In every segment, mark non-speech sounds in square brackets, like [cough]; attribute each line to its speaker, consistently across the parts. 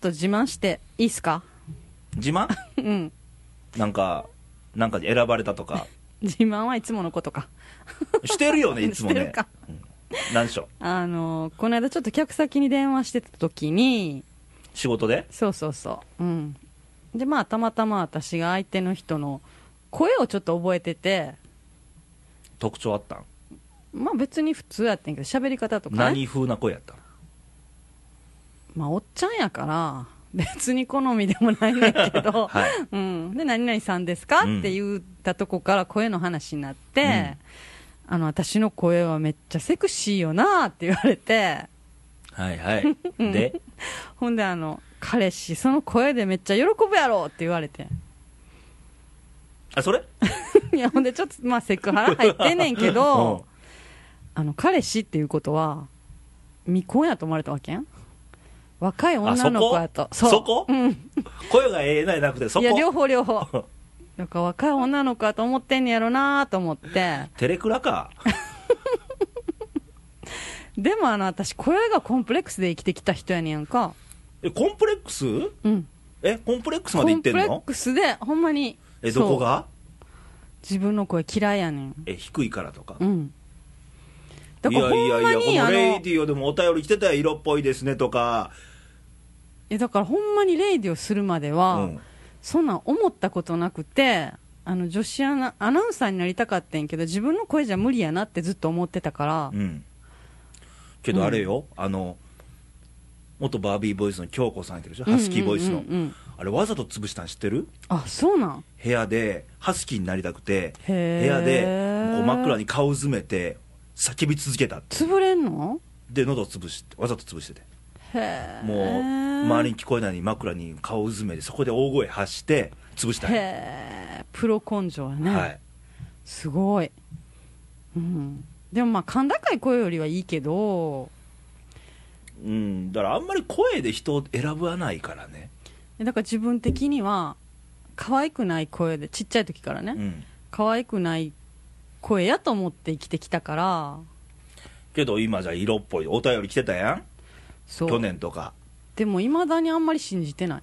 Speaker 1: と自慢していいっすか
Speaker 2: 自慢
Speaker 1: うん
Speaker 2: なんか、なんかで選ばれたと
Speaker 1: [laughs]
Speaker 2: か。
Speaker 1: 自慢はいつものことか
Speaker 2: してるよね、いつも
Speaker 1: して
Speaker 2: ね
Speaker 1: るか。
Speaker 2: 何でしょう。
Speaker 1: あのこの間ちょっと客先に電話してた時に
Speaker 2: 仕事で
Speaker 1: そうそうそううんでまあたまたま私が相手の人の声をちょっと覚えてて
Speaker 2: 特徴あったん
Speaker 1: まあ別に普通やってんけど喋り方とか、ね、
Speaker 2: 何風な声やったん
Speaker 1: まあおっちゃんやから別に好みでもないねんだけど、
Speaker 2: [laughs] はい
Speaker 1: うん、で何々さんですか、
Speaker 2: うん
Speaker 1: って言ったとこから声の話になって、あの私の声はめっちゃセクシーよなって言われて
Speaker 2: はいはい。で、
Speaker 1: ほんであの彼氏その声でめっちゃ喜ぶやろって言われて [laughs]
Speaker 2: あ、それ
Speaker 1: いやほんでちょっとまあセクハラ入ってんねんけ
Speaker 2: うん
Speaker 1: どあの彼氏っていうことは未婚やと思われたわけん若い女の子やと
Speaker 2: あそこそこ
Speaker 1: うん
Speaker 2: 声がええなじゃなくて、そ
Speaker 1: いや両
Speaker 2: こ。
Speaker 1: 方
Speaker 2: [laughs]
Speaker 1: 両方なんか若い女の子だと思ってんねやろなと思って
Speaker 2: テレクラか。
Speaker 1: でもあの私声がコンプレックスで生きてきた人やねんか
Speaker 2: え、コンプレックス
Speaker 1: うん
Speaker 2: え、コンプレックスま
Speaker 1: コ
Speaker 2: でいっ
Speaker 1: ン
Speaker 2: て
Speaker 1: プ
Speaker 2: ん
Speaker 1: レッ
Speaker 2: の
Speaker 1: クスでほんまに
Speaker 2: え、どこ
Speaker 1: そう
Speaker 2: が
Speaker 1: 自分の声嫌いやねん
Speaker 2: え、低いからとか
Speaker 1: う。んだ
Speaker 2: い
Speaker 1: から
Speaker 2: や
Speaker 1: ほ
Speaker 2: い
Speaker 1: ん
Speaker 2: やい
Speaker 1: ま
Speaker 2: や、こ
Speaker 1: にあ
Speaker 2: のレイ
Speaker 1: の
Speaker 2: ディオでもお便り来てたよ、色っぽいですねとか。
Speaker 1: えだからほんまにレイディをするまで
Speaker 2: う
Speaker 1: は、
Speaker 2: ん。
Speaker 1: そんなん思ったことなくてあの女子アナアナウンサーになりたかったんやけど自分の声じゃ無理やなってずっと思ってたから、
Speaker 2: うん。け
Speaker 1: う
Speaker 2: ど
Speaker 1: ん
Speaker 2: あれよ、あの、元バービーボイスの京子さんいてるでしょ、
Speaker 1: うんうんうん
Speaker 2: ハスキーボイスの
Speaker 1: うんうん。
Speaker 2: あれわざと潰したん知ってる
Speaker 1: あそうなん
Speaker 2: 部屋でハスキーになりたくて部
Speaker 1: へー
Speaker 2: 屋でこう真っ暗に顔を詰めて叫び続けたって
Speaker 1: 潰れんの
Speaker 2: で喉を潰してわざと潰してて
Speaker 1: へえ
Speaker 2: もう周りに聞こえないように枕に顔を詰めてそこで大声発して潰したんや
Speaker 1: へえプロ根性やね、
Speaker 2: はい
Speaker 1: すごい、うん、でもまあ甲高い声よりはいいけど
Speaker 2: うんだからあんまり声で人を選ばないからね
Speaker 1: だから自分的には可愛くない声でちっちゃい時からね、
Speaker 2: うん
Speaker 1: 可愛くない声やと思って生きてきたから
Speaker 2: けど今じゃ色っぽいお便り来てたやん
Speaker 1: そう
Speaker 2: 去年とか
Speaker 1: でもいまだにあんまり信じてない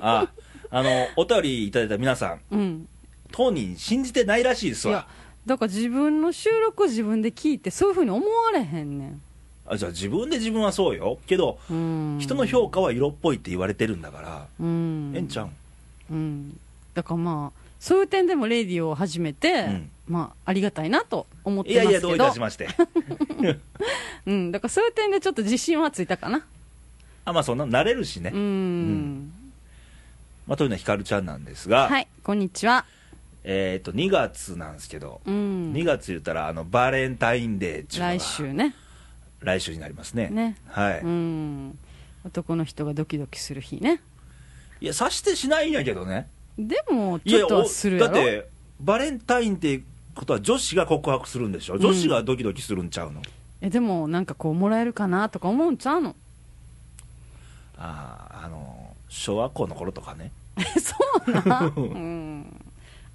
Speaker 2: ああのお便りいただいた皆さん
Speaker 1: うん
Speaker 2: 当人信じてないらしいです
Speaker 1: いや
Speaker 2: わ
Speaker 1: だから自分の収録を自分で聞いてそういうふうに思われへんねん
Speaker 2: あじゃあ自分で自分はそうよけど
Speaker 1: うん
Speaker 2: 人の評価は色っぽいって言われてるんだから、
Speaker 1: うん
Speaker 2: えんちゃん
Speaker 1: うん、だからまあそういう点でもレディを始めて、
Speaker 2: うん
Speaker 1: まあありがたいなと思って
Speaker 2: い
Speaker 1: ま
Speaker 2: やい
Speaker 1: すけ
Speaker 2: や
Speaker 1: ど
Speaker 2: どういたしまして [laughs]
Speaker 1: うん、だからそういう点でちょっと自信はついたかな
Speaker 2: あまあそんな慣れるしね、
Speaker 1: うん
Speaker 2: まあ、というのはひかるちゃんなんですが、
Speaker 1: はいこんにちは
Speaker 2: えっ、と2月なんですけど、
Speaker 1: うん
Speaker 2: 2月言ったらあのバレンタインデーっていうのが
Speaker 1: 来週ね
Speaker 2: 来週になりますね
Speaker 1: ね
Speaker 2: はい、
Speaker 1: うん男の人がドキドキする日ね
Speaker 2: いや察してしないんやけどね
Speaker 1: でも
Speaker 2: い
Speaker 1: ち
Speaker 2: やい
Speaker 1: ょっとはするや
Speaker 2: だっ
Speaker 1: ろ
Speaker 2: てバレンタインってことは女子が告白するんでしょ
Speaker 1: ん
Speaker 2: 女子がドキドキするんちゃうの、
Speaker 1: えでもなんかこうもらえるかなとか思うんちゃうの [laughs]
Speaker 2: あああの小学校の頃とかね
Speaker 1: えそうなん、うん、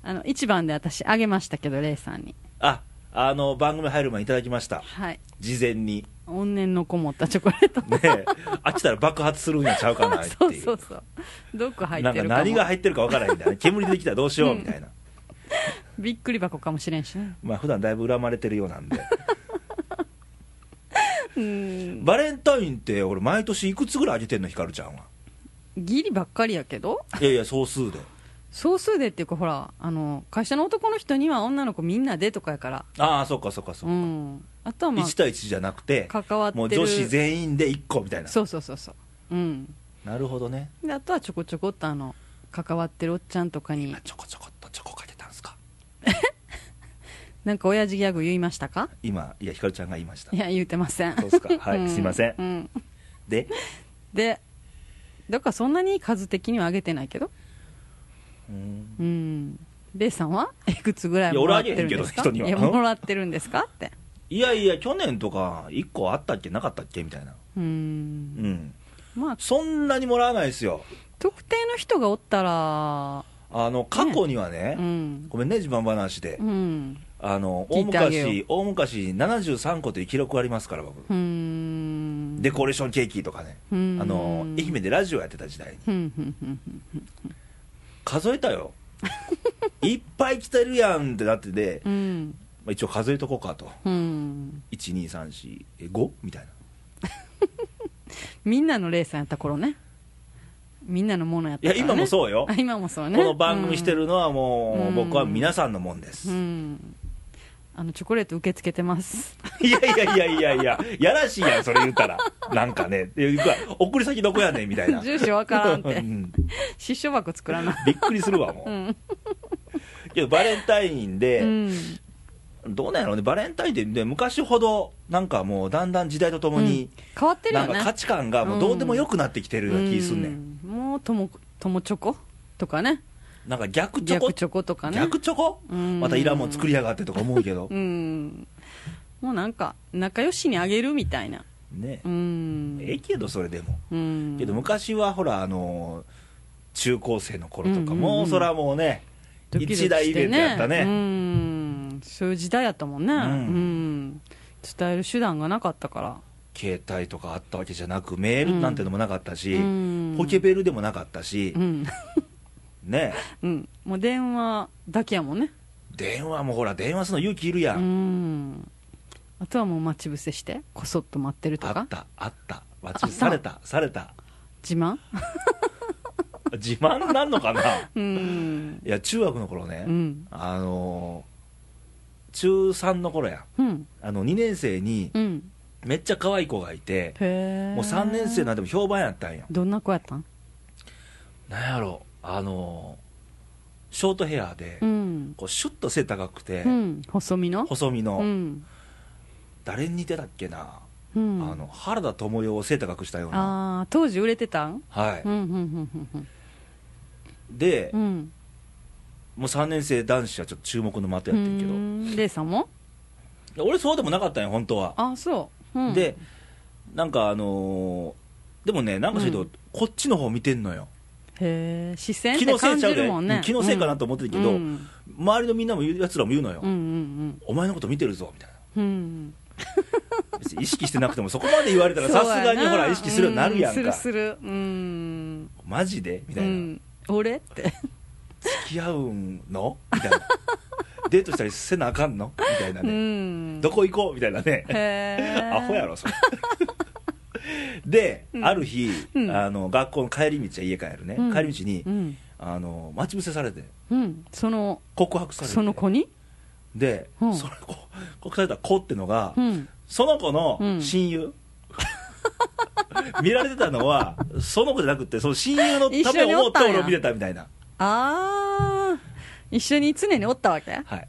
Speaker 1: あの一番で私あげましたけどレイさんに
Speaker 2: ああの番組入る前にいただきました
Speaker 1: はい
Speaker 2: 事前に
Speaker 1: 怨念のこもったチョコレート
Speaker 2: ね
Speaker 1: [laughs]
Speaker 2: え飽きたら爆発するんやちゃうかなってい
Speaker 1: そうそうそう毒入って
Speaker 2: な
Speaker 1: る
Speaker 2: んか
Speaker 1: かも
Speaker 2: 何が入ってるか分からへんみたいな煙できたらどうしようみたいな、
Speaker 1: びっくり箱かもしれんしね
Speaker 2: まあ普段だいぶ恨まれてるようなんで
Speaker 1: うん
Speaker 2: バレンタインって俺毎年いくつぐらいあげてんのひかるちゃんは
Speaker 1: ギリばっかりやけど
Speaker 2: いやいや総数で
Speaker 1: 総数でっていうかほらあの会社の男の人には女の子みんなでとかやから
Speaker 2: ああそっかそっかそっか、
Speaker 1: うんあとはま
Speaker 2: 1対1じゃなくて
Speaker 1: 関わってる
Speaker 2: もう女子全員で1個みたい
Speaker 1: あ
Speaker 2: な
Speaker 1: そうそうそうそううん
Speaker 2: なるほどね
Speaker 1: であとはちょこちょこっとあの関わってるおっちゃんとかに
Speaker 2: 今ちょこちょこっとチョコかけたんすか
Speaker 1: なんか親父ギャグ言いました
Speaker 2: [laughs]
Speaker 1: か
Speaker 2: 今いやひかるちゃんが言いました
Speaker 1: いや言うてません
Speaker 2: そうっすかはい
Speaker 1: うん
Speaker 2: すいません
Speaker 1: うん
Speaker 2: で
Speaker 1: でだからそんなに数的には上げてないけど
Speaker 2: うん
Speaker 1: うんベイさんはいくつぐらいもらってるんですか
Speaker 2: いや俺あげへんけど人にはい
Speaker 1: やもらってるんですかって
Speaker 2: いやいや去年とか1個あったっけなかったっけみたいな
Speaker 1: う
Speaker 2: うんん
Speaker 1: まあ
Speaker 2: そんなにもらわないですよ
Speaker 1: 特定の人がおったら
Speaker 2: あの過去にはね
Speaker 1: うん
Speaker 2: ごめんね自慢話で、
Speaker 1: うん
Speaker 2: あの
Speaker 1: 聞
Speaker 2: 大
Speaker 1: いてあげよ
Speaker 2: 昔大昔73個という記録ありますから僕
Speaker 1: うーんん
Speaker 2: デコレーションケーキとかね、
Speaker 1: うん
Speaker 2: あの愛媛でラジオやってた時代に
Speaker 1: ふんふんふん
Speaker 2: 数えた
Speaker 1: [laughs]
Speaker 2: よいっぱい来てるやんってなってて、
Speaker 1: ふんうん
Speaker 2: まあ、一応数えとこうかと
Speaker 1: うん
Speaker 2: 12345みたいな
Speaker 1: みんなのレースやった頃ねみんなのものやったから、ね、
Speaker 2: いや今もそうよ
Speaker 1: あ今もそうね
Speaker 2: この番組してるのはも
Speaker 1: う
Speaker 2: うん僕は皆さんのもんです、
Speaker 1: うん、うんあのチョコレート受け付けてます
Speaker 2: [laughs] いやいやいやいやいややらしいやんそれ言ったらなんかねいや送り先どこやねんみたいな
Speaker 1: [laughs] 住所わからん
Speaker 2: [laughs] う
Speaker 1: って
Speaker 2: ん
Speaker 1: 失笑箱作らな
Speaker 2: びっくりするわもう、
Speaker 1: うん
Speaker 2: けどバレンタイン
Speaker 1: う
Speaker 2: で、
Speaker 1: ん
Speaker 2: どうなんやろうねバレンタインってね昔ほどなんかもうだんだん時代とともに、
Speaker 1: 変わってる
Speaker 2: な
Speaker 1: よ
Speaker 2: んか
Speaker 1: ね
Speaker 2: 価値観がもうどうでもよくなってきてるような気すんねん、
Speaker 1: うんもうともともチョコとかね
Speaker 2: なんか逆チョコ
Speaker 1: 逆チョコとかね
Speaker 2: 逆チョコ
Speaker 1: うん
Speaker 2: またいらんもん作りやがってとか思うけど
Speaker 1: [laughs] うんもうなんか仲良しにあげるみたいな
Speaker 2: ね
Speaker 1: うん
Speaker 2: ええけどそれでも
Speaker 1: うん
Speaker 2: けど昔はほらあのー中高生の頃とか、
Speaker 1: うんうんうん
Speaker 2: もうそらもうね
Speaker 1: ドキドキ
Speaker 2: 一大イ
Speaker 1: し
Speaker 2: ベ
Speaker 1: て
Speaker 2: ントやったね
Speaker 1: うんそういう時代やったもんね、うん
Speaker 2: ん
Speaker 1: 伝える手段がなかったから
Speaker 2: 携帯とかあったわけじゃなくメールなんてのもなかったし、
Speaker 1: うん
Speaker 2: ポケベルでもなかったし
Speaker 1: う、ん、 [laughs]
Speaker 2: ね
Speaker 1: うん、もう電話だけやもんね
Speaker 2: 電話もほら電話するの勇気いるや、
Speaker 1: うんんあとはもう待ち伏せしてこそっと待ってると
Speaker 2: あっ
Speaker 1: か
Speaker 2: たあった待
Speaker 1: あ
Speaker 2: ちされたされた
Speaker 1: 自慢
Speaker 2: 自慢なんのか
Speaker 1: [laughs]
Speaker 2: ない
Speaker 1: うん
Speaker 2: や中学の頃ね、
Speaker 1: うん
Speaker 2: あのー中3の頃や
Speaker 1: うん
Speaker 2: あの2年生に
Speaker 1: うん
Speaker 2: めっちゃ可愛い子がいて、
Speaker 1: へえ
Speaker 2: もう3年生なんでも評判やったんよ
Speaker 1: どんな子やったん
Speaker 2: なんやろあのーショートヘアで、
Speaker 1: うん、
Speaker 2: こうシュッと背高くて、
Speaker 1: うん、細身の
Speaker 2: 細身の、
Speaker 1: うん
Speaker 2: 誰に似てたっけな、
Speaker 1: うん、
Speaker 2: あの原田知世を背高くしたような
Speaker 1: あー当時売れてたん
Speaker 2: はい、
Speaker 1: うんうんうんうん
Speaker 2: で、
Speaker 1: うんうん
Speaker 2: もう3年生男子はちょっと注目の的やってんけど、
Speaker 1: うんレイさんも
Speaker 2: 俺そうでもなかったんよ本当は、
Speaker 1: あそう、うん、
Speaker 2: でなんかあのーでもねなんかしらと、
Speaker 1: うん
Speaker 2: こっちの方見てんのよ
Speaker 1: へえ視線っ
Speaker 2: 気
Speaker 1: て
Speaker 2: のせ
Speaker 1: 感
Speaker 2: いちゃ
Speaker 1: じ
Speaker 2: うで、
Speaker 1: るもんね
Speaker 2: うん気のせいかなと
Speaker 1: 思
Speaker 2: 思ってるけど、
Speaker 1: うん
Speaker 2: 周りのみんなも言うやつらも言うのよ、
Speaker 1: うんうん
Speaker 2: お前のこと見てるぞみたいな
Speaker 1: うんうん
Speaker 2: 別に意識してなくてもそこまで言われ
Speaker 1: [laughs]
Speaker 2: たらさすがにほら意識するようになるやんか、
Speaker 1: うするするうん
Speaker 2: マジでみたいな、
Speaker 1: うん俺って
Speaker 2: 付き合うんのみたいなデートしたりせなあかんのみたいな
Speaker 1: う
Speaker 2: ね、
Speaker 1: ん
Speaker 2: どこ行こうみたいなね
Speaker 1: へえ
Speaker 2: アホやろそれで、
Speaker 1: うん
Speaker 2: ある日、
Speaker 1: うん
Speaker 2: あの学校の帰り道は家帰るね、
Speaker 1: うん
Speaker 2: 帰り道に、
Speaker 1: うん、
Speaker 2: あの待ち伏せされて
Speaker 1: うん、その
Speaker 2: 告白されて
Speaker 1: その子に
Speaker 2: で、
Speaker 1: うん
Speaker 2: その子告白された子ってのが、
Speaker 1: うん
Speaker 2: その子の
Speaker 1: うん
Speaker 2: 親友、 [laughs] 見られてたのはその子じゃなくてその親友のためを思って
Speaker 1: 一緒におったんや
Speaker 2: 俺を見てたみたいな
Speaker 1: ああ一緒に常におったわけ
Speaker 2: はい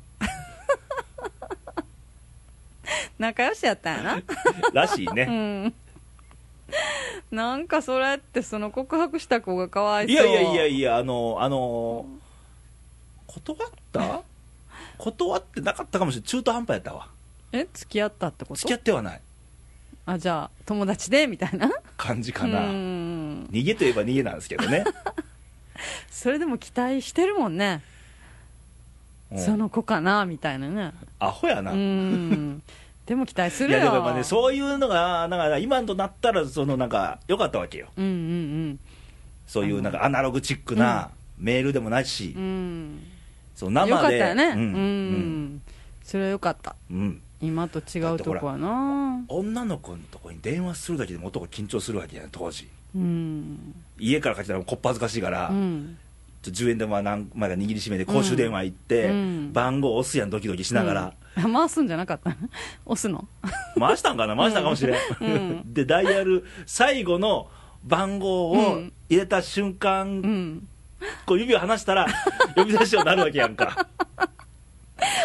Speaker 1: 仲良しやったんやな
Speaker 2: らしいね、 [laughs]
Speaker 1: [laughs] うんなんかそれってその告白した子がかわいそう
Speaker 2: いやいやいやいやあのあの断った断ってなかったかもしれない中途半端やったわ
Speaker 1: え付き合ったってこと
Speaker 2: 付き合ってはない
Speaker 1: あじゃあ友達でみたいな
Speaker 2: 感じか
Speaker 1: う
Speaker 2: なん逃げといえば逃げなんですけどね、
Speaker 1: それでも期待してるもんね、
Speaker 2: うん
Speaker 1: [laughs] その子かなみたいなね
Speaker 2: アホやな、
Speaker 1: う
Speaker 2: い
Speaker 1: んでも期待するよ
Speaker 2: やでもやっぱねそういうのがなんか今となったらそのなんか良かったわけよ
Speaker 1: うんうん
Speaker 2: そういうなんかアナログチックなメールでもないし、
Speaker 1: うんうん
Speaker 2: その
Speaker 1: よ
Speaker 2: 生で
Speaker 1: かったよね
Speaker 2: う
Speaker 1: うんん、それはよかった
Speaker 2: うんうん
Speaker 1: 今と違うとこはな
Speaker 2: 女の子のとこに電話するだけでも男緊張するわけやん当時
Speaker 1: うん
Speaker 2: 家から帰ったらもうこっぱずかしいから、
Speaker 1: うん
Speaker 2: ちょっと10円玉何枚か握りしめて公衆電話行って、
Speaker 1: うんうん
Speaker 2: 番号押すやんドキドキしながら、、
Speaker 1: うん回すんじゃなかった押すの
Speaker 2: 回したんかな回したかもしれん、
Speaker 1: う
Speaker 2: [laughs] でダイヤル最後の番号
Speaker 1: う
Speaker 2: を
Speaker 1: ん
Speaker 2: 入れた瞬間、
Speaker 1: うん
Speaker 2: こう指を離した
Speaker 1: [laughs]
Speaker 2: ら呼び出しようになるわけやんか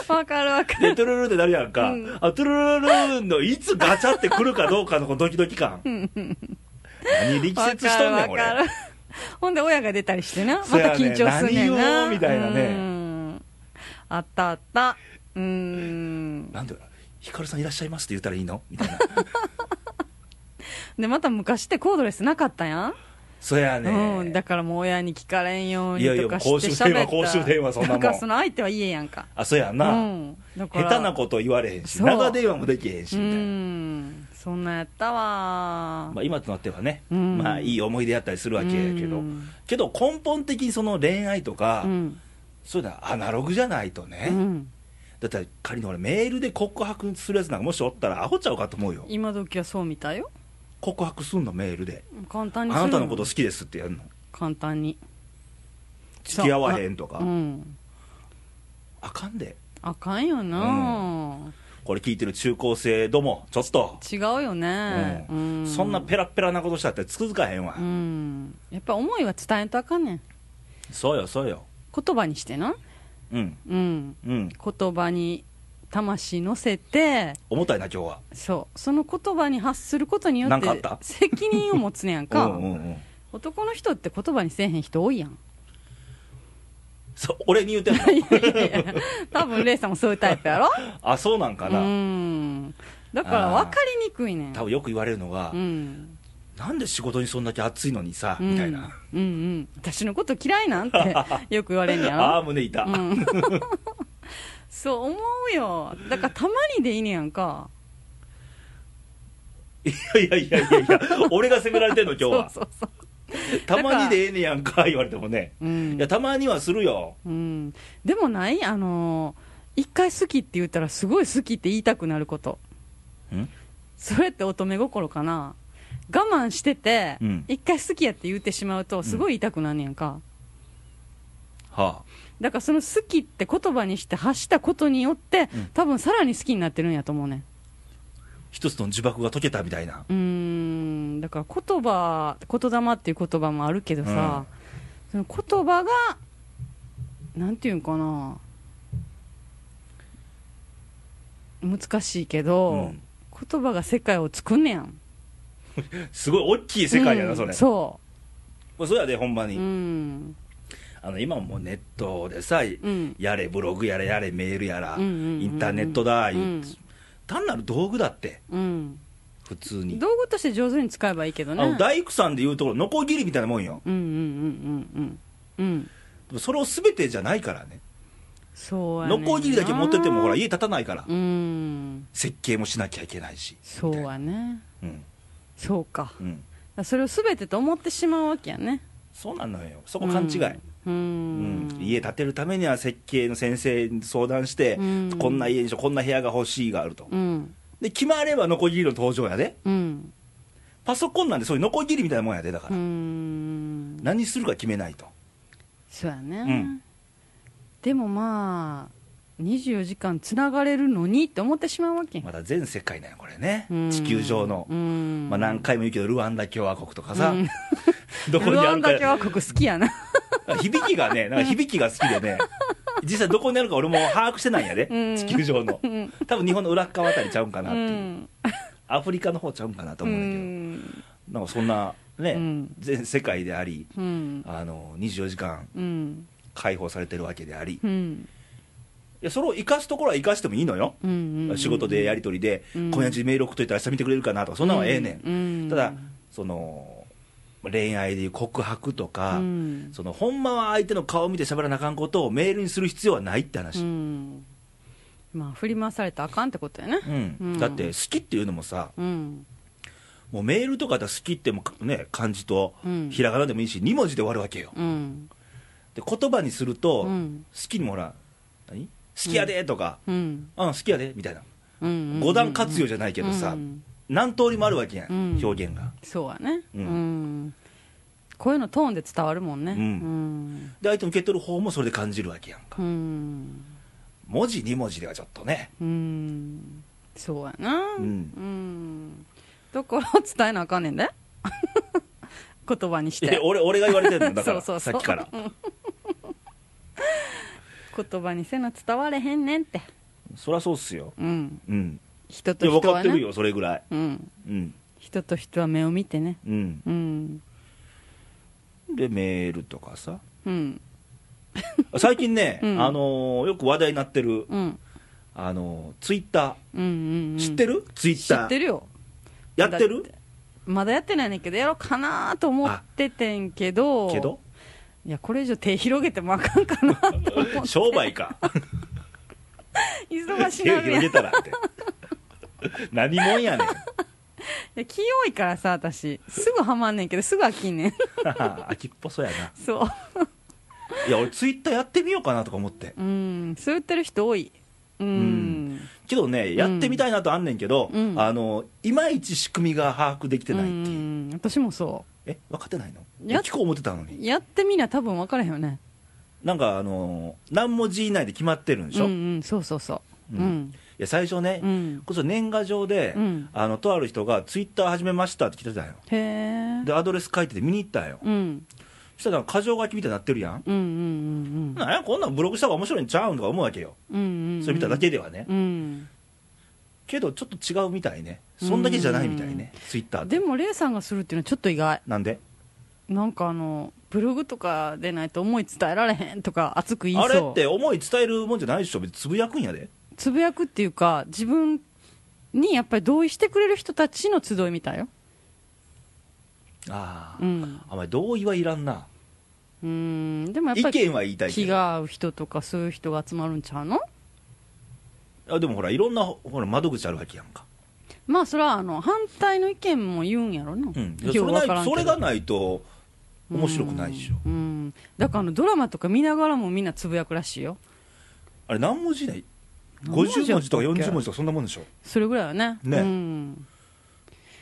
Speaker 1: わかるわかる
Speaker 2: でトゥルルルってなるやんか、
Speaker 1: うん
Speaker 2: あトゥルルルルンのいつガチャってくるかどうかのこのドキドキ感何力説しとんねん
Speaker 1: わかる
Speaker 2: 俺
Speaker 1: わかるほんで親が出たりしてなま
Speaker 2: そ
Speaker 1: た
Speaker 2: やね
Speaker 1: 緊張すんねんな
Speaker 2: 何言おうみたいなね
Speaker 1: うんあったあったうーん
Speaker 2: なんでヒカルさんいらっしゃいますって言ったらいいのみたいな [laughs]
Speaker 1: でまた昔ってコードレスなかったやん、
Speaker 2: そやね
Speaker 1: うん、だからもう親に聞かれんように
Speaker 2: いやいや
Speaker 1: とかして
Speaker 2: 公衆電話
Speaker 1: 喋った
Speaker 2: 公衆電話そんなもん
Speaker 1: だからその相手は家やんか
Speaker 2: あそや
Speaker 1: う
Speaker 2: な、
Speaker 1: んだから
Speaker 2: 下手なこと言われへんし
Speaker 1: そう
Speaker 2: 長電話もできへんし
Speaker 1: う
Speaker 2: みたいな、
Speaker 1: んそんなんやったわ
Speaker 2: まあ、今となってはね、
Speaker 1: うん
Speaker 2: まあ、いい思い出やったりするわけやけど、
Speaker 1: うん
Speaker 2: けど根本的にその恋愛とか、
Speaker 1: うん
Speaker 2: そういうのはアナログじゃないとね、
Speaker 1: うん
Speaker 2: だったら仮に俺メールで告白するやつなんかもしおったらアホちゃうかと思うよ
Speaker 1: 今時はそうみたいよ
Speaker 2: 告白すんのメールで
Speaker 1: 簡単
Speaker 2: あ
Speaker 1: にする
Speaker 2: なたのこと好きですってやるの
Speaker 1: 簡単に
Speaker 2: 付き合わへんとか
Speaker 1: う
Speaker 2: あ,、
Speaker 1: ん
Speaker 2: かんで
Speaker 1: あかんよな、
Speaker 2: これ聞いてる中高生どもちょっと、
Speaker 1: 違うよね、
Speaker 2: う
Speaker 1: うんん、
Speaker 2: そんなペラッペラなことしたって続かへんわ、
Speaker 1: うんやっぱ思いは伝えんとあかんねん
Speaker 2: そうよそうよ
Speaker 1: 言葉にしてな
Speaker 2: うん
Speaker 1: うん
Speaker 2: うん
Speaker 1: 言葉に魂乗せて
Speaker 2: 重たいな今日は
Speaker 1: そうその言葉に発することによ
Speaker 2: な
Speaker 1: っ
Speaker 2: んかあってた
Speaker 1: 責任を持つねやん
Speaker 2: [laughs]
Speaker 1: か
Speaker 2: うんうんうん
Speaker 1: 男の人って言葉にせえへん人多
Speaker 2: [laughs]
Speaker 1: いやん
Speaker 2: そう俺に言うてんの
Speaker 1: 多分レイさんもそういうタイプやろ
Speaker 2: あそうなんか
Speaker 1: う
Speaker 2: な、
Speaker 1: んだから分かりにくいねん
Speaker 2: 多分よく言われるのが、
Speaker 1: うん
Speaker 2: なんで仕事にそんだけ熱いのにさ、
Speaker 1: うん
Speaker 2: みたいな
Speaker 1: うんうん私のこと嫌いなんてよく言われ
Speaker 2: [laughs]
Speaker 1: んねや
Speaker 2: ああ
Speaker 1: ろ
Speaker 2: ー胸痛、
Speaker 1: うんそう思うよだからたまにでいいねやんか
Speaker 2: いやいやいやいやいや俺が責められてんの今日は
Speaker 1: そうそう
Speaker 2: たまにでええねやんか言われてもね、
Speaker 1: そう、うん
Speaker 2: いやたまにはするよ
Speaker 1: うん、でもないあの一回好きって言ったらすごい好きって言いたくなること
Speaker 2: ん
Speaker 1: それって乙女心かな我慢してて、
Speaker 2: うん
Speaker 1: 一回好きやって言ってしまうとすごい痛くなんねやんか、
Speaker 2: は
Speaker 1: だからその好きって言葉にして発したことによって、
Speaker 2: うん
Speaker 1: 多分さらに好きになってるんやと思うねん
Speaker 2: あ一つの呪縛が解けたみたいな
Speaker 1: うーんだから言葉言霊っていう言葉もあるけどさ、その言葉がなんていうんかな難しいけど、
Speaker 2: うん
Speaker 1: 言葉が世界を作んねやん
Speaker 2: すごい大きい世界やな、
Speaker 1: うん
Speaker 2: それそ
Speaker 1: そ
Speaker 2: それやでほんま
Speaker 1: う
Speaker 2: に、
Speaker 1: うん
Speaker 2: あの今もうネットでさ、
Speaker 1: うん
Speaker 2: やれブログやれやれメールやら、
Speaker 1: うんうんうんうん
Speaker 2: インターネットだ、言う
Speaker 1: うん
Speaker 2: 単なる道具だって
Speaker 1: うん
Speaker 2: 普通に、
Speaker 1: 道具として上手に使えばいいけどね
Speaker 2: あの大工さんでいうところノコギリみたいなもんよ
Speaker 1: うんうんうんうんうんうん
Speaker 2: それを全てじゃないからね
Speaker 1: そうやねん
Speaker 2: ノ
Speaker 1: な
Speaker 2: コギリだけ持っててもほら家立たないから、
Speaker 1: うん
Speaker 2: 設計もしなきゃいけないし
Speaker 1: そう
Speaker 2: みたい
Speaker 1: やね
Speaker 2: なうん
Speaker 1: そうか
Speaker 2: うん
Speaker 1: だからそれを全てと思ってしまうわけやね
Speaker 2: そうなのよそこ勘違い、
Speaker 1: うん
Speaker 2: うん
Speaker 1: うん
Speaker 2: 家建てるためには設計の先生に相談して、
Speaker 1: うん
Speaker 2: こんな家にしようこんな部屋が欲しいがあると、
Speaker 1: うん
Speaker 2: で決まればノコギリの登場やで
Speaker 1: うん
Speaker 2: パソコンなんでそういうノコギリみたいなもんやでだか
Speaker 1: う
Speaker 2: ら、
Speaker 1: ん
Speaker 2: 何するか決めないと
Speaker 1: そうやね、
Speaker 2: うん
Speaker 1: でもまあ24時間つながれるのにって思ってしまうわけ、
Speaker 2: まだ全世界なんよこれね、
Speaker 1: うん
Speaker 2: 地球上の、
Speaker 1: うん
Speaker 2: まあ、何回も言うけどルワンダ共和国とかさ、
Speaker 1: うん
Speaker 2: [laughs] どこにある
Speaker 1: ルワンダ共
Speaker 2: か
Speaker 1: 和国好きやな
Speaker 2: 響きがねなんか響きが好きでね実際どこにあるか俺も把握してないんやで、
Speaker 1: うん
Speaker 2: 地球上の
Speaker 1: うん
Speaker 2: 多分日本の裏っ側あたりちゃうんかな
Speaker 1: う
Speaker 2: っていう、
Speaker 1: ん
Speaker 2: アフリカの方ちゃうんかなと
Speaker 1: う
Speaker 2: 思うんだ
Speaker 1: ん
Speaker 2: けど、なんかそんなね、
Speaker 1: うん
Speaker 2: 全世界であり
Speaker 1: うん
Speaker 2: あの24時間
Speaker 1: うん
Speaker 2: 解放されてるわけであり、
Speaker 1: う
Speaker 2: い
Speaker 1: ん
Speaker 2: やそれを生かすところは生かしてもいいのよ、
Speaker 1: うん
Speaker 2: 仕事でやり取りで、
Speaker 1: うん
Speaker 2: 今夜中にメール送っといたら明日見てくれるかなとかそんなのはええねん、
Speaker 1: ん
Speaker 2: ただその恋愛でいう告白とか、
Speaker 1: うん
Speaker 2: そのほんまは相手の顔を見て喋らなあかんことをメールにする必要はないって
Speaker 1: う
Speaker 2: 話、
Speaker 1: んまあ振り回されたらあかんってことやね
Speaker 2: うん
Speaker 1: うん
Speaker 2: だって好きっていうのもさ
Speaker 1: うん
Speaker 2: もうメールとかだったら好きってもうね漢字と
Speaker 1: うん
Speaker 2: ひらがなでもいいし2文字で終わるわけよ
Speaker 1: うん
Speaker 2: で言葉にすると、
Speaker 1: うん
Speaker 2: 好きにもほら何好きやでとか、
Speaker 1: うん
Speaker 2: うん、好きやでみたいな
Speaker 1: うん
Speaker 2: 五段活用じゃないけどさ、
Speaker 1: うん
Speaker 2: 何通りもあるわけやん、
Speaker 1: うん
Speaker 2: 表現が
Speaker 1: そうやね
Speaker 2: う
Speaker 1: うんん、こういうのトーンで伝わるもんね
Speaker 2: う
Speaker 1: うん
Speaker 2: で相手の受け取る方もそれで感じるわけやんか
Speaker 1: うん、
Speaker 2: 文字2文字ではちょっとね
Speaker 1: うんそうやな
Speaker 2: うん
Speaker 1: んところを伝えなあかんねんで [laughs] 言葉にし
Speaker 2: いや
Speaker 1: て
Speaker 2: 俺俺が言われてるんだから
Speaker 1: そうそうそ
Speaker 2: さ
Speaker 1: う
Speaker 2: っきから
Speaker 1: 言葉にせな伝われへんねんって
Speaker 2: そりゃそうっすよ
Speaker 1: うん
Speaker 2: うん
Speaker 1: 人
Speaker 2: い
Speaker 1: と
Speaker 2: や分
Speaker 1: 人
Speaker 2: か
Speaker 1: は
Speaker 2: ってる
Speaker 1: ね
Speaker 2: よそれぐらい
Speaker 1: うん
Speaker 2: うん
Speaker 1: 人と人は目を見てね
Speaker 2: うん
Speaker 1: うん
Speaker 2: でメールとかさ
Speaker 1: うん
Speaker 2: 最近ね、
Speaker 1: うん
Speaker 2: あのーよく話題になってる、
Speaker 1: うん
Speaker 2: あのーツイッタ
Speaker 1: うんうん、うん、
Speaker 2: ー知ってる、ツイッ
Speaker 1: 知
Speaker 2: ター
Speaker 1: ってるよ
Speaker 2: やってる
Speaker 1: だまだやってないねんけどやろうかなと思っててんけど
Speaker 2: けど
Speaker 1: いやこれ以上手広げてもあかんか
Speaker 2: [laughs]
Speaker 1: なと思って
Speaker 2: 商売か
Speaker 1: 忙し
Speaker 2: 手
Speaker 1: な
Speaker 2: を
Speaker 1: る
Speaker 2: 広
Speaker 1: やん
Speaker 2: げたらって何もんやねん
Speaker 1: や器用いからさ私すぐハマんねんけどすぐ飽きんねん
Speaker 2: 秋っぽそうやな
Speaker 1: そう
Speaker 2: いや俺ツイッターやってみようかなとか思って
Speaker 1: うんそう言ってる人多いうん、
Speaker 2: んけどねやってみたいなとあんねんけど、
Speaker 1: うん
Speaker 2: あのいまいち仕組みが把握できてないっていう、
Speaker 1: うん私もそ
Speaker 2: え分かってないの
Speaker 1: やっ
Speaker 2: 聞こう思ってたの
Speaker 1: う
Speaker 2: に
Speaker 1: やってみな多分分からへんよね
Speaker 2: なんかあの何文字以内で決まってるんでしょ、
Speaker 1: うん
Speaker 2: い
Speaker 1: うんそうそうそう
Speaker 2: う
Speaker 1: うんん
Speaker 2: や最初ね、
Speaker 1: うん
Speaker 2: こそ年賀状で、
Speaker 1: うん
Speaker 2: あのとある人がツイッター始めましたって来てたよ
Speaker 1: へえ
Speaker 2: でアドレス書いてて見に行ったよ
Speaker 1: うん
Speaker 2: そしたらなんか箇条書きみたいになってるやん、
Speaker 1: うんうんうん
Speaker 2: なんやこんなんブログした方が面白いんちゃうんとか思うわけよ
Speaker 1: うんうんうん
Speaker 2: それ見ただけではね、
Speaker 1: うん
Speaker 2: けどちょっと違うみたいねそんだけじゃないみたいね、ツイッターって
Speaker 1: でもレイさんがするっていうのはちょっと意外
Speaker 2: なんで
Speaker 1: なんかあのブログとかでないと思い伝えられへんとか熱く言いそう
Speaker 2: あれって思い伝えるもんじゃないでしょ別につぶやくんやで
Speaker 1: つぶやくっていうか自分にやっぱり同意してくれる人たちの集いみたいよ
Speaker 2: ああ、
Speaker 1: うん
Speaker 2: あんまり同意はいらんな
Speaker 1: うんでもやっ
Speaker 2: 意
Speaker 1: ぱり
Speaker 2: 見は言いたいけ
Speaker 1: 気
Speaker 2: ど
Speaker 1: が合う人とかそういう人が集まるんちゃうの
Speaker 2: あでもほらいろんなほほら窓口あるわけやんか、
Speaker 1: まあそれはあの反対の意見も言うんやろな、
Speaker 2: うん、そ
Speaker 1: よ
Speaker 2: れ
Speaker 1: うわから
Speaker 2: なんい
Speaker 1: け
Speaker 2: そ
Speaker 1: ど
Speaker 2: れがないと面白くないでしょ
Speaker 1: うんうんだからあのドラマとか見ながらもみんなつぶやくらしいよ
Speaker 2: あれ何文字以内
Speaker 1: 何文字やったっけ
Speaker 2: 50文字とか40文字とかそんなもんでしょ
Speaker 1: それぐらいはね
Speaker 2: ね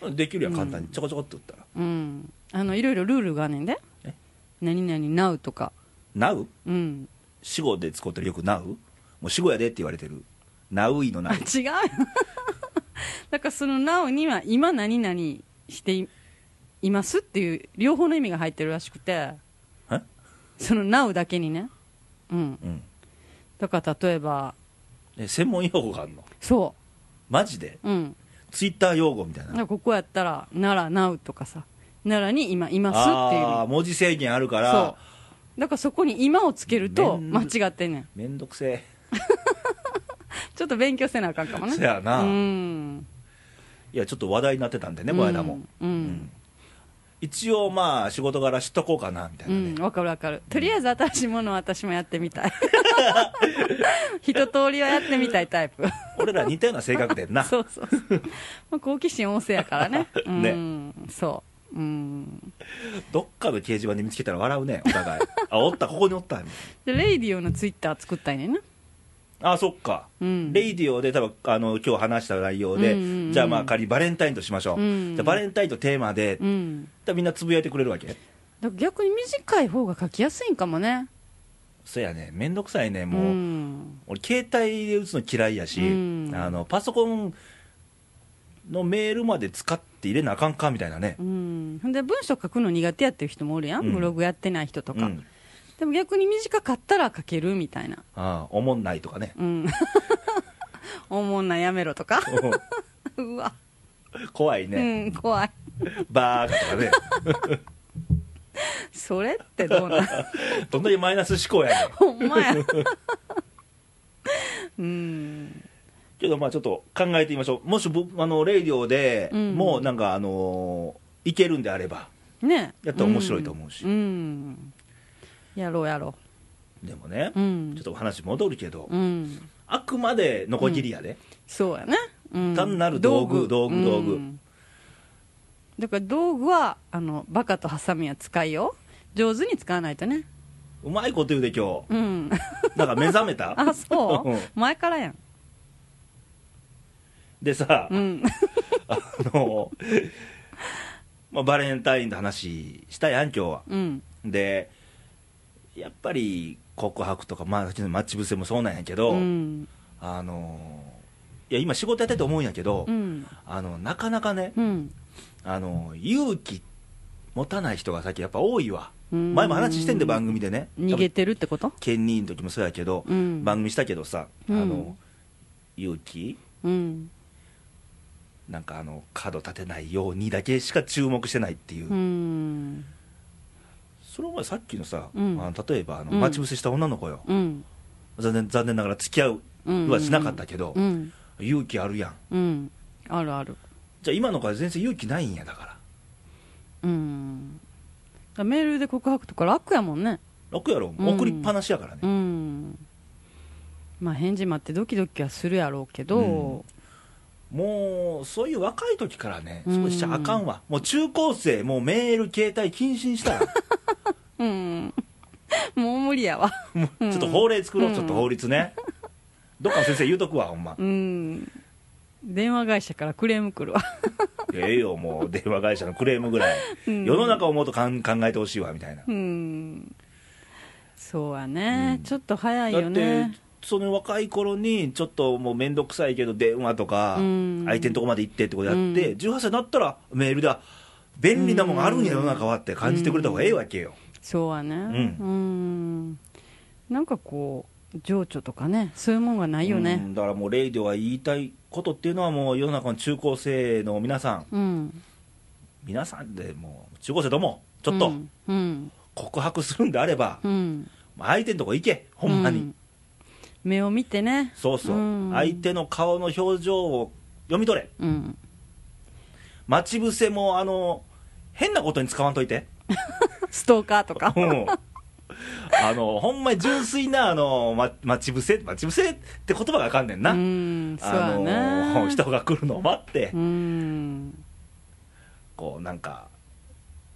Speaker 1: うん、
Speaker 2: できるやん
Speaker 1: うん
Speaker 2: 簡単にちょこちょこって打ったら
Speaker 1: うん、あのいろいろルールがあんねんで
Speaker 2: え
Speaker 1: 何々なうとか
Speaker 2: 「なう
Speaker 1: うん」
Speaker 2: 死語で使ってるよく「なう」もう死語やでって言われてる「なうい」の「な
Speaker 1: あ
Speaker 2: う
Speaker 1: 違う [laughs] よだからその「なお」には「今何々していいます」っていう両方の意味が入ってるらしくて」
Speaker 2: え
Speaker 1: その「なお」だけにねうん
Speaker 2: うん
Speaker 1: だから例えば
Speaker 2: え専門用語があるの
Speaker 1: そ
Speaker 2: マジで
Speaker 1: ううん
Speaker 2: ツイッター用語みたい
Speaker 1: だか
Speaker 2: な
Speaker 1: らここやったら「ならなう」とかさ「ならに今います」っていう
Speaker 2: ああ文字制限あるか
Speaker 1: そ
Speaker 2: ら
Speaker 1: うだからそこに「今」をつけると
Speaker 2: めん
Speaker 1: 間違ってんねん
Speaker 2: めんどくせ
Speaker 1: ちょっと勉強せなあかんかも
Speaker 2: え
Speaker 1: ね
Speaker 2: そやな、
Speaker 1: うん
Speaker 2: いやちょっと話題になってたんでねこの間も、
Speaker 1: う
Speaker 2: うん
Speaker 1: ん
Speaker 2: 一応まあ仕事柄知っとこうかなみたいうなね、
Speaker 1: んわ、かるわかるとりあえず新しいものは私もやってみたい
Speaker 2: [laughs]
Speaker 1: 一通りはやってみたいタ
Speaker 2: [laughs]
Speaker 1: イプ
Speaker 2: 俺ら似たような性格でんな
Speaker 1: [laughs] そうそうそう、まあ、好奇心旺盛やからねうん
Speaker 2: [laughs] ね
Speaker 1: そううん
Speaker 2: どっかの掲示板で見つけたら笑うねお互いあおったここにおったみたい
Speaker 1: でレイディオのツイッター作ったんやねんな
Speaker 2: なあそっか、
Speaker 1: うん
Speaker 2: レイディオで多分あの今日話した内容で、
Speaker 1: うんうんうん
Speaker 2: じゃあまあ仮にバレンタインとしましょう、
Speaker 1: うん
Speaker 2: じゃあバレンタインとテーマで、
Speaker 1: うん
Speaker 2: じゃあみんなつぶやいてくれるわけ
Speaker 1: だから逆に短い方が書きやすいんかもね
Speaker 2: そやねめんどくさいねもう、
Speaker 1: うん
Speaker 2: 俺携帯で打つの嫌いやし、
Speaker 1: うん
Speaker 2: あのパソコンのメールまで使って入れなあかんかみたいなね、
Speaker 1: うん、ほんで文章書くの苦手やってる人もおるやん、
Speaker 2: うん
Speaker 1: ブログやってない人とか、
Speaker 2: うん
Speaker 1: でも逆に短かったら書けるみたいな
Speaker 2: ああおもんないとかね
Speaker 1: うん [laughs] おもんなんやめろとか [laughs] うわ、
Speaker 2: [laughs] 怖いね、
Speaker 1: うん怖い
Speaker 2: バーカと
Speaker 1: [laughs]
Speaker 2: かね
Speaker 1: それってど
Speaker 2: [laughs]
Speaker 1: うなん
Speaker 2: どんだけマイナス思考やねん
Speaker 1: ほん
Speaker 2: [laughs]
Speaker 1: まやうん
Speaker 2: けどまあちょっと考えてみましょうもしぼあのレイディオで
Speaker 1: うん
Speaker 2: もうなんかあのーいけるんであれば
Speaker 1: ね
Speaker 2: やったら面白いと思うし
Speaker 1: うん、うんやろうやろ
Speaker 2: でもね、
Speaker 1: ううん
Speaker 2: ちょっとお話戻るけど、
Speaker 1: うん
Speaker 2: あくまでノコギリやで、
Speaker 1: そうやね、うん
Speaker 2: 単なる道具道具道具
Speaker 1: んだから道具はあのバカとハサミは使いよ上手に使わないとね
Speaker 2: うまいこと言うで今
Speaker 1: うん
Speaker 2: 日なんか目覚めた
Speaker 1: あそう、
Speaker 2: うん
Speaker 1: 前からやん
Speaker 2: でさ、
Speaker 1: うん
Speaker 2: あのーまあ、バレンタインの話したやん今日は
Speaker 1: うん
Speaker 2: でやっぱり告白とか、まあ、さっきのマッチ伏せもそうなんやけど、
Speaker 1: うん
Speaker 2: あのーいや今仕事やってて思うんやけど、
Speaker 1: うん
Speaker 2: あのなかなかね、
Speaker 1: うん
Speaker 2: あの勇気持たない人が最近やっぱ多いわ
Speaker 1: うん
Speaker 2: 前も話してんで番組でね
Speaker 1: 逃げ
Speaker 2: 多分
Speaker 1: てるってこと
Speaker 2: 兼任の時もそうやけど、
Speaker 1: うん
Speaker 2: 番組したけどさ、
Speaker 1: うん
Speaker 2: あの勇気
Speaker 1: うん
Speaker 2: なんかあの角立てないようにだけしか注目してないっていう、
Speaker 1: うん
Speaker 2: それお前さっきのさ、
Speaker 1: うん
Speaker 2: あの例えばあの
Speaker 1: うん
Speaker 2: 待ち伏せした女の子よ、
Speaker 1: うん
Speaker 2: 残念残念ながら付き合
Speaker 1: うん
Speaker 2: うはしなかったけど、
Speaker 1: うん
Speaker 2: 勇気あるやん
Speaker 1: うんあるある
Speaker 2: じゃあ今の子は全然勇気ないんやだから
Speaker 1: うんだからメールで告白とか楽やもんね
Speaker 2: 楽やろ、
Speaker 1: うん
Speaker 2: 送りっぱなしやからね、
Speaker 1: うんまあ返事待ってドキドキはするやろうけど、
Speaker 2: もうそういう若い時からねそうしちゃあかんわ、もう中高生もうメール携帯禁止にしたら
Speaker 1: うんもう無理やわ
Speaker 2: もうちょっと法令作ろう、ちょっと法律ねどっかの先生言うとくわほんま
Speaker 1: うん電話会社からクレーム来るわ
Speaker 2: ええよもう電話会社のクレームぐらい、
Speaker 1: うん
Speaker 2: 世の中をもっとかん考えてほしいわみたいな、
Speaker 1: うんそうやね、
Speaker 2: うん
Speaker 1: ちょっと早い
Speaker 2: だ
Speaker 1: よ
Speaker 2: って
Speaker 1: ね
Speaker 2: その若い頃にちょっともう面倒くさいけど電話とか
Speaker 1: うん
Speaker 2: 相手のとこまで行ってってことやって、
Speaker 1: うん
Speaker 2: 18歳になったらメールだ便利なもんがあるんや世の中はって感じてくれた方がええわけよ、
Speaker 1: そうやね
Speaker 2: う
Speaker 1: うんなんかこう情緒とかねそういうもんがないよ
Speaker 2: う
Speaker 1: ね
Speaker 2: んだからもうレイディオは言いたいことっていうのはもう世の中の中高生の皆さん
Speaker 1: うん
Speaker 2: 皆さんでもう中高生どもちょっと
Speaker 1: うんうん、
Speaker 2: 告白するんであれば、
Speaker 1: うん
Speaker 2: 相手のとこ行けほんまに、
Speaker 1: う目を見てね
Speaker 2: そうそう、
Speaker 1: うん
Speaker 2: 相手の顔の表情を読み取れ
Speaker 1: うん
Speaker 2: 待ち伏せもあの変なことに使わんといて
Speaker 1: ストーカーとか
Speaker 2: う
Speaker 1: [laughs]
Speaker 2: んあのほんまに純粋なあの、ま、待ち伏せ待ち伏せって言葉があかんねんな、
Speaker 1: うんそう
Speaker 2: あ
Speaker 1: やね、
Speaker 2: の人が来るのを待って、
Speaker 1: うん
Speaker 2: こうなんか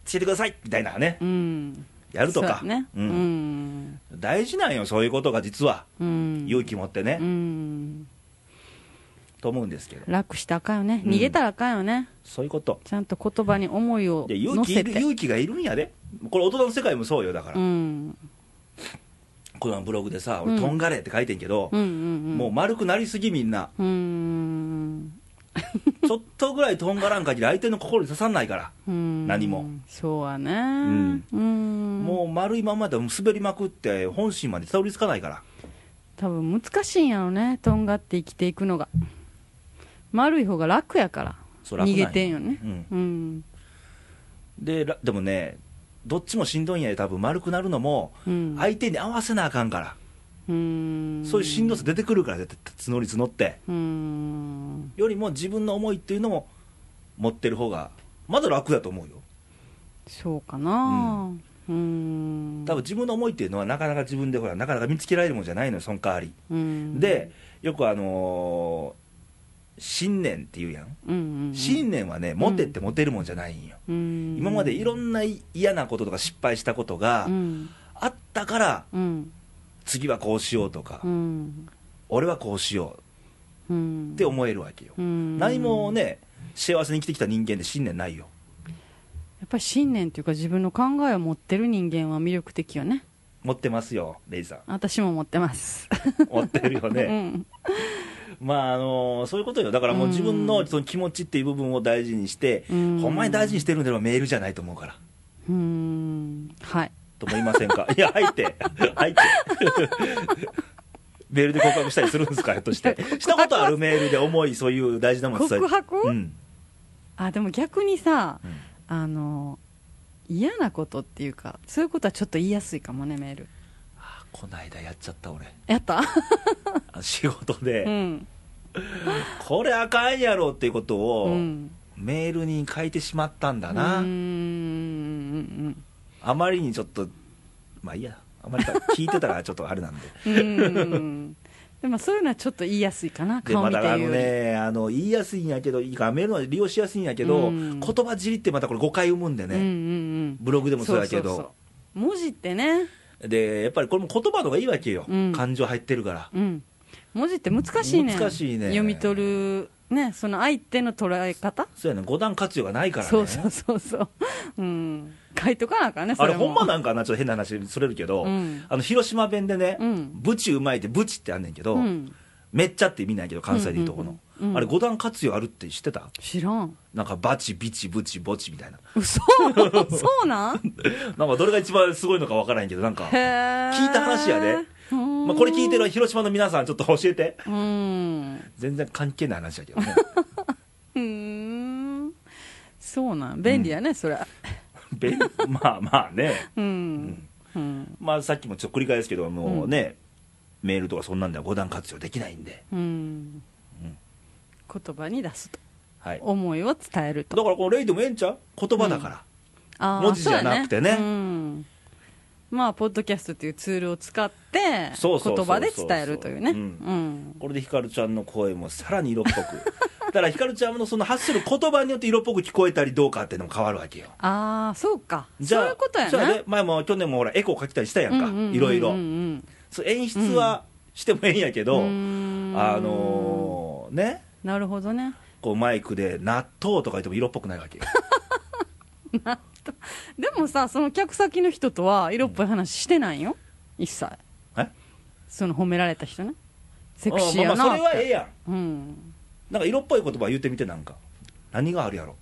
Speaker 2: 教えてくださいみたいなね
Speaker 1: うん
Speaker 2: やるとか
Speaker 1: そうやねう
Speaker 2: うん
Speaker 1: ん
Speaker 2: 大事なんよそういうことが実は
Speaker 1: うん
Speaker 2: 勇気持ってね、
Speaker 1: うん
Speaker 2: と思うんですけど
Speaker 1: 楽したらあかんよね
Speaker 2: うん
Speaker 1: 逃げたらあかんよね、
Speaker 2: そういうこと
Speaker 1: ちゃんと言葉に思いを
Speaker 2: いや勇
Speaker 1: 乗
Speaker 2: 気い
Speaker 1: せ
Speaker 2: る
Speaker 1: て
Speaker 2: 勇気がいるんやでこれ大人の世界もそうよだから、
Speaker 1: うん
Speaker 2: このブログでさ「
Speaker 1: う
Speaker 2: 俺
Speaker 1: ん
Speaker 2: とんがれ」って書いてんけど
Speaker 1: うんう、ん
Speaker 2: もう丸くなりすぎみんな
Speaker 1: うんうん
Speaker 2: ちょっとぐらいとんがらん限り相手の心に刺さんないから、
Speaker 1: うん
Speaker 2: 何も
Speaker 1: そうやねうんん
Speaker 2: もう丸いまんまで滑りまくって本心までたどり着かないから
Speaker 1: 多分難しいんやろねとんがって生きていくのが丸い方が楽やから
Speaker 2: そう楽な
Speaker 1: 逃
Speaker 2: んよ
Speaker 1: げてんよね
Speaker 2: うん
Speaker 1: うん
Speaker 2: でらでもねどっちもしんどいんやで多分丸くなるのも
Speaker 1: うん
Speaker 2: 相手に合わせなあかんから、
Speaker 1: うん
Speaker 2: そういうしんどさ出てくるから絶対募り募って
Speaker 1: うん
Speaker 2: よりも自分の思いっていうのも持ってる方がまだ楽だと思うよ
Speaker 1: そうかなうん
Speaker 2: 多分自分の思いっていうのはなかなか自分でほらなかなか見つけられるもんじゃないのよその代わり、
Speaker 1: うん
Speaker 2: でよくあのー信念っていうやん
Speaker 1: うんうんうん
Speaker 2: 信念はねモテってモテるもんじゃないんよ、
Speaker 1: うん
Speaker 2: 今までいろんな嫌なこととか失敗したことが
Speaker 1: うん
Speaker 2: あったから
Speaker 1: うん
Speaker 2: 次はこうしようとか、
Speaker 1: うん
Speaker 2: 俺はこうしよ
Speaker 1: うん
Speaker 2: うって思えるわけよ、
Speaker 1: うん
Speaker 2: 何もね幸せに生きてきた人間で信念ないよ
Speaker 1: やっぱり信念というか自分の考えを持ってる人間は魅力的よね
Speaker 2: 持ってますよレイさん
Speaker 1: 私も持ってます、
Speaker 2: 持ってるよ
Speaker 1: う
Speaker 2: ね
Speaker 1: ん
Speaker 2: まああのそういうことよだからもう自分
Speaker 1: う
Speaker 2: の
Speaker 1: ん
Speaker 2: その気持ちっていう部分を大事にして、
Speaker 1: うん
Speaker 2: ほんまに大事にしてるんであればメールじゃないと思うから
Speaker 1: うーんはい
Speaker 2: と思いません
Speaker 1: [laughs]
Speaker 2: かいや入って入って [laughs] メールで告白したりするんですかひょっとしてしたことあるメールで重いそういう大事なもの伝え
Speaker 1: 告白
Speaker 2: うん
Speaker 1: あでも逆にさ
Speaker 2: うん
Speaker 1: あの嫌なことっていうかそういうことはちょっと言いやすいかもねメール
Speaker 2: あこないだやっちゃった俺 [laughs]
Speaker 1: やった、
Speaker 2: あ仕事で、
Speaker 1: うん
Speaker 2: これあかんやろっていうことを、
Speaker 1: うん
Speaker 2: メールに書いてしまったんだ
Speaker 1: う
Speaker 2: な、
Speaker 1: ーん
Speaker 2: あまりにちょっとまあいいやあまりか聞いてたらちょっとあれなんで
Speaker 1: うんうんうんうんでもそういうのはちょっと言いやすいかな
Speaker 2: で
Speaker 1: 顔
Speaker 2: ま
Speaker 1: 見て
Speaker 2: たあ
Speaker 1: 言
Speaker 2: の
Speaker 1: うより
Speaker 2: ねあの言いやすいんやけどいいかメールは利用しやすいんやけど、
Speaker 1: うん
Speaker 2: 言葉尻ってまたこれ誤解生むんで
Speaker 1: うんうん
Speaker 2: ね、
Speaker 1: うん
Speaker 2: ブログでもそうやけど
Speaker 1: そうそう文字ってね、
Speaker 2: でやっぱりこれも言葉の方がいいわけよ、
Speaker 1: うん
Speaker 2: 感情入ってるから
Speaker 1: うん、文字って難しいね
Speaker 2: 難しいね
Speaker 1: 読み取るねその相手の捉え方
Speaker 2: そうやね五段活用がないからね
Speaker 1: そうそうそうそう、うん、書いとかなあかんねそ
Speaker 2: あ
Speaker 1: れ
Speaker 2: れ
Speaker 1: も
Speaker 2: ほんまなんかなちょっと変な話それるけど、
Speaker 1: うん
Speaker 2: あの広島弁でね、
Speaker 1: うん
Speaker 2: ブチうまいってブチってあんねんけど、
Speaker 1: うん、
Speaker 2: めっちゃって意味ないけど関西でいうとこの、
Speaker 1: うんうんうん
Speaker 2: あれ五段活用あるって知ってた
Speaker 1: 知らん [laughs]
Speaker 2: なんかバチビチブチボチみたいな
Speaker 1: 嘘そうなん
Speaker 2: なんかどれが一番すごいのかわからんけどなんか、
Speaker 1: へ
Speaker 2: ま
Speaker 1: え
Speaker 2: 聞いた話やであ、これ聞いてる広島の皆さんちょっと教えて
Speaker 1: うん
Speaker 2: 全然関係ない話だけ
Speaker 1: [laughs]
Speaker 2: どね
Speaker 1: うんそうなん便利やね、それ
Speaker 2: 便利まあまあね
Speaker 1: うんうん
Speaker 2: まあさっきもちょっと繰り返すけどもうね、メールとかそんなんでは五段活用できないんで
Speaker 1: うん
Speaker 2: うん
Speaker 1: 言葉に出すと
Speaker 2: はい
Speaker 1: 思いを伝える
Speaker 2: だ
Speaker 1: と
Speaker 2: からこのレイでもええんちゃう言葉だから、
Speaker 1: あー
Speaker 2: 文字じゃなくてね
Speaker 1: そうやうんまあポッドキャストというツールを使って
Speaker 2: そうそうそうそう
Speaker 1: 言葉で伝えるというね
Speaker 2: うんこれでひかるちゃんの声もさらに色っぽく [laughs] だったら、ひかるちゃんのその発する言葉によって色っぽく聞こえたりどうかっていうのも変わるわけよ。
Speaker 1: ああそうか
Speaker 2: じゃあ
Speaker 1: そういうことや
Speaker 2: そう
Speaker 1: な
Speaker 2: ね前も去年もほらエコー書きたりしたやんか、
Speaker 1: うんうんうんうん
Speaker 2: いろいろ、
Speaker 1: うん
Speaker 2: そう演出はしてもええんやけど、
Speaker 1: うーん
Speaker 2: あのーね
Speaker 1: なるほどね
Speaker 2: こうマイクで納豆とか言っても色っぽくない
Speaker 1: [laughs]
Speaker 2: わけよ
Speaker 1: でもさその客先の人とは色っぽい話してないよ一切
Speaker 2: え
Speaker 1: その褒められた人ねセクシーや
Speaker 2: あまあま
Speaker 1: な
Speaker 2: あ
Speaker 1: っ
Speaker 2: そ
Speaker 1: て
Speaker 2: れはええやん
Speaker 1: うん
Speaker 2: なんか色っぽい言葉言ってみてなんか何があるやろ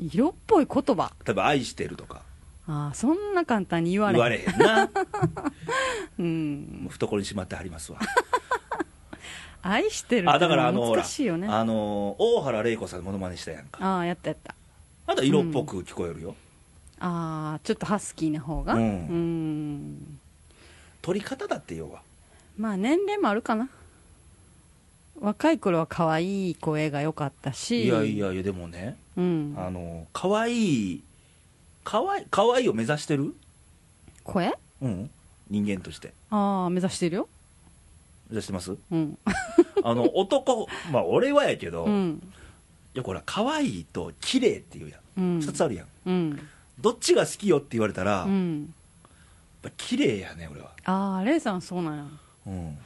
Speaker 1: 色っぽい言葉
Speaker 2: 例えば「愛してる」とか
Speaker 1: ああそんな簡単に言わ
Speaker 2: 言
Speaker 1: れへん
Speaker 2: われへんな
Speaker 1: うん、
Speaker 2: もう懐にしまってはりますわ
Speaker 1: 愛してるっ
Speaker 2: あ
Speaker 1: て
Speaker 2: だ
Speaker 1: の
Speaker 2: からあ
Speaker 1: は
Speaker 2: のほら
Speaker 1: 難しいよねあ
Speaker 2: あの大原玲子さんのものまねしたやんか
Speaker 1: あやったやった
Speaker 2: あと色っぽく聞こえるよ、
Speaker 1: ああちょっとハスキーな方が
Speaker 2: う
Speaker 1: うんん
Speaker 2: 取り方だって要は
Speaker 1: まあ年齢もあるかな若い頃は可愛い声が良かったし
Speaker 2: いやいやいやでもね
Speaker 1: うん
Speaker 2: あの可愛い可愛い可愛いを目指してる、
Speaker 1: 声
Speaker 2: うん、人間として
Speaker 1: ああ目指してるよ
Speaker 2: 目指してます
Speaker 1: うん
Speaker 2: あの男まあ俺はやけど、
Speaker 1: う
Speaker 2: い
Speaker 1: ん
Speaker 2: やこれ可愛いと綺麗っていうや
Speaker 1: うんん
Speaker 2: 2つあるやん、
Speaker 1: うん
Speaker 2: どっちが好きよって言われたら、や
Speaker 1: う
Speaker 2: っ
Speaker 1: ん
Speaker 2: ぱ綺麗やね俺は
Speaker 1: ああレイさんそうなんや
Speaker 2: うん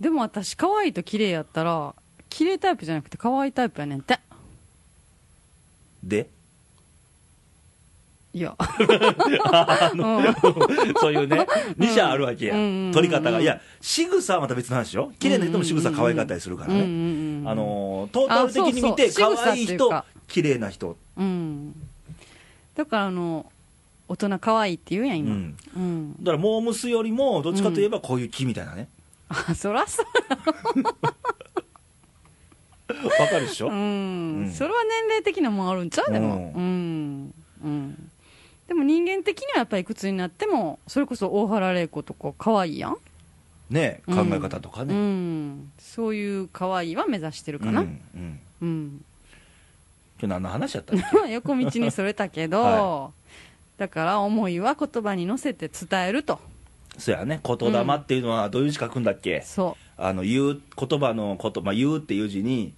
Speaker 1: でも私可愛いと綺麗やったら綺麗タイプじゃなくて可愛いタイプやねんって
Speaker 2: で [laughs]
Speaker 1: いや
Speaker 2: あのそういうね
Speaker 1: うん
Speaker 2: 2者あるわけや、
Speaker 1: うんうんうんうん
Speaker 2: 取り方がいや仕草はまた別の話よ綺麗な人も仕草可愛かったりするからね、
Speaker 1: うんうんうん
Speaker 2: あのトータル的に見て
Speaker 1: あそうそう
Speaker 2: 可愛い
Speaker 1: 仕草っていう
Speaker 2: 人
Speaker 1: か
Speaker 2: 綺麗な人
Speaker 1: うんだからあの大人可愛いって言うやん今
Speaker 2: う
Speaker 1: うんん、
Speaker 2: だからモームスよりもどっちかといえばこういう木みたいなね
Speaker 1: あそらそう
Speaker 2: わ、かるでしょ、
Speaker 1: うん、
Speaker 2: うん
Speaker 1: それは年齢的なもんあるんちゃうでも
Speaker 2: う
Speaker 1: うん、うん、でも人間的にはやっぱりいくつになってもそれこそ大原玲子とか可愛いやん、
Speaker 2: ね
Speaker 1: う
Speaker 2: 考
Speaker 1: ん
Speaker 2: え方とか
Speaker 1: う
Speaker 2: ね、
Speaker 1: んそういう可愛いは目指してる
Speaker 2: うん
Speaker 1: かな
Speaker 2: うん今
Speaker 1: うん、 [laughs]
Speaker 2: 日何の話やったっけ
Speaker 1: 横道にそれたけ
Speaker 2: [laughs]
Speaker 1: ど、
Speaker 2: は
Speaker 1: だから思いは言葉に乗せて伝えると
Speaker 2: そうやね言霊っていうのはどういう字書くんだっけ、
Speaker 1: そ
Speaker 2: あの言う言葉の言葉言うっていう字に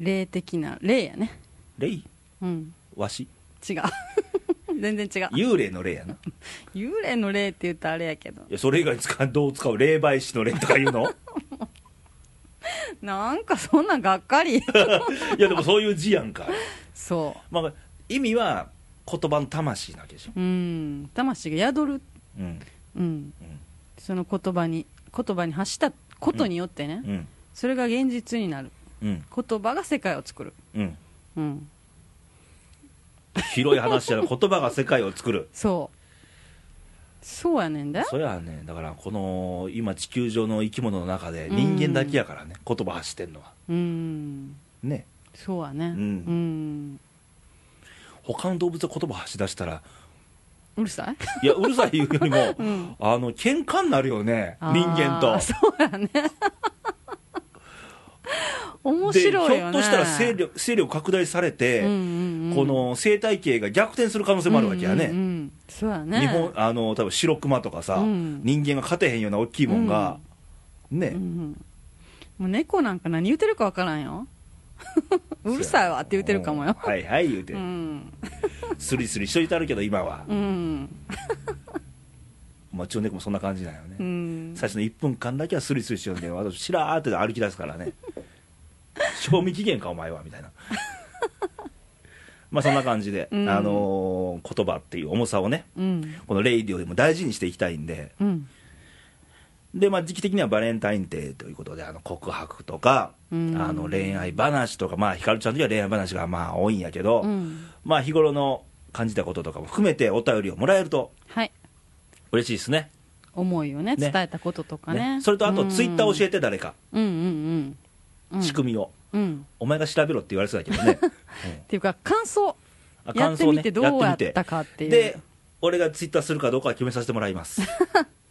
Speaker 1: う霊的な霊やね
Speaker 2: 「霊
Speaker 1: うん
Speaker 2: わし
Speaker 1: 違う [laughs] 全然違う
Speaker 2: 幽霊の霊やな
Speaker 1: 幽霊の霊って言ったらあれやけど
Speaker 2: いやそれ以外に使うどう使う霊媒師の霊とか言うの
Speaker 1: なんかそんなんがっ
Speaker 2: [laughs]
Speaker 1: かり
Speaker 2: いやでもそういう字やんか、
Speaker 1: そ
Speaker 2: まあ、意味は言葉の魂なわけでしょ、
Speaker 1: ううん魂が宿る
Speaker 2: うん
Speaker 1: うんその言葉に言葉に発したことによってね、
Speaker 2: うんうん
Speaker 1: それが現実になる
Speaker 2: うん
Speaker 1: 言葉が世界を作る
Speaker 2: うん
Speaker 1: うん
Speaker 2: 広い話やな言葉が世界を作る
Speaker 1: そうそうやねんだ
Speaker 2: それはねだからこの今地球上の生き物の中で人間だけやからね、言葉発してんのは
Speaker 1: うん
Speaker 2: ね
Speaker 1: そうやね
Speaker 2: ん
Speaker 1: うん、
Speaker 2: 他の動物が言葉発し出したら
Speaker 1: うる
Speaker 2: [laughs]
Speaker 1: さい
Speaker 2: いやうるさい言うよりも、
Speaker 1: ん
Speaker 2: あの喧嘩になるよね人間と
Speaker 1: あーそうやね面白い
Speaker 2: でひ
Speaker 1: よね
Speaker 2: ょっとしたら勢力勢力拡大されて、
Speaker 1: うんうんうん
Speaker 2: この生態系が逆転する可能性もあるわけやね、
Speaker 1: うんうんうんそうやね
Speaker 2: 日本あの多分白熊とかさ、
Speaker 1: うん
Speaker 2: 人間が勝てへんような大きいもんが、ね、
Speaker 1: うんうんもう猫なんか何言ってるかわから
Speaker 2: [laughs]
Speaker 1: んようるさいわって言ってるかもよ
Speaker 2: うんはいはい言うて、
Speaker 1: うん
Speaker 2: スリスリしといてあるけど今は、
Speaker 1: うん
Speaker 2: まあ、うちの猫もそんな感じなんよね、
Speaker 1: うん
Speaker 2: 最初の1分間だけはスリスリしてるんで私しらーって歩き出すから
Speaker 1: [laughs]
Speaker 2: ね賞味期限かお前はみたいなまあそんな感じで、
Speaker 1: うん
Speaker 2: あのー言葉っていう重さをね
Speaker 1: うん
Speaker 2: このレイディオでも大事にしていきたいんで
Speaker 1: うん
Speaker 2: で、まあ、時期的にはバレンタインデーということであの告白とか、
Speaker 1: うん
Speaker 2: あの恋愛話とかまあひかるちゃんの時は恋愛話がまあ多いんやけど、
Speaker 1: うん
Speaker 2: まあ日頃の感じたこととかも含めてお便りをもらえると
Speaker 1: はい
Speaker 2: 嬉しいですね
Speaker 1: 思いをね
Speaker 2: ね
Speaker 1: 伝えたこととかね
Speaker 2: ねそれとあとツイッター教
Speaker 1: え
Speaker 2: えて誰か、
Speaker 1: うんうんうんうん
Speaker 2: 仕組みを。
Speaker 1: うん
Speaker 2: お前が調べろって言われそうだけど
Speaker 1: [laughs]
Speaker 2: ね、
Speaker 1: っていうか感想
Speaker 2: あ
Speaker 1: やってみてどうやったかっていう
Speaker 2: で俺がツイッターするかどうかは決めさせてもらい
Speaker 1: [laughs]
Speaker 2: ます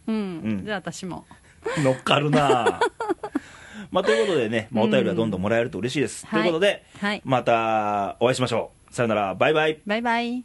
Speaker 1: うん、
Speaker 2: うん
Speaker 1: じゃあ私も
Speaker 2: 乗っかる
Speaker 1: [laughs]
Speaker 2: なあまあということでね、まあ、お便りはどんどんもらえると嬉しいです、
Speaker 1: はい
Speaker 2: ということで、
Speaker 1: はい
Speaker 2: またお会いしましょうさよならバイバイ
Speaker 1: バイバイ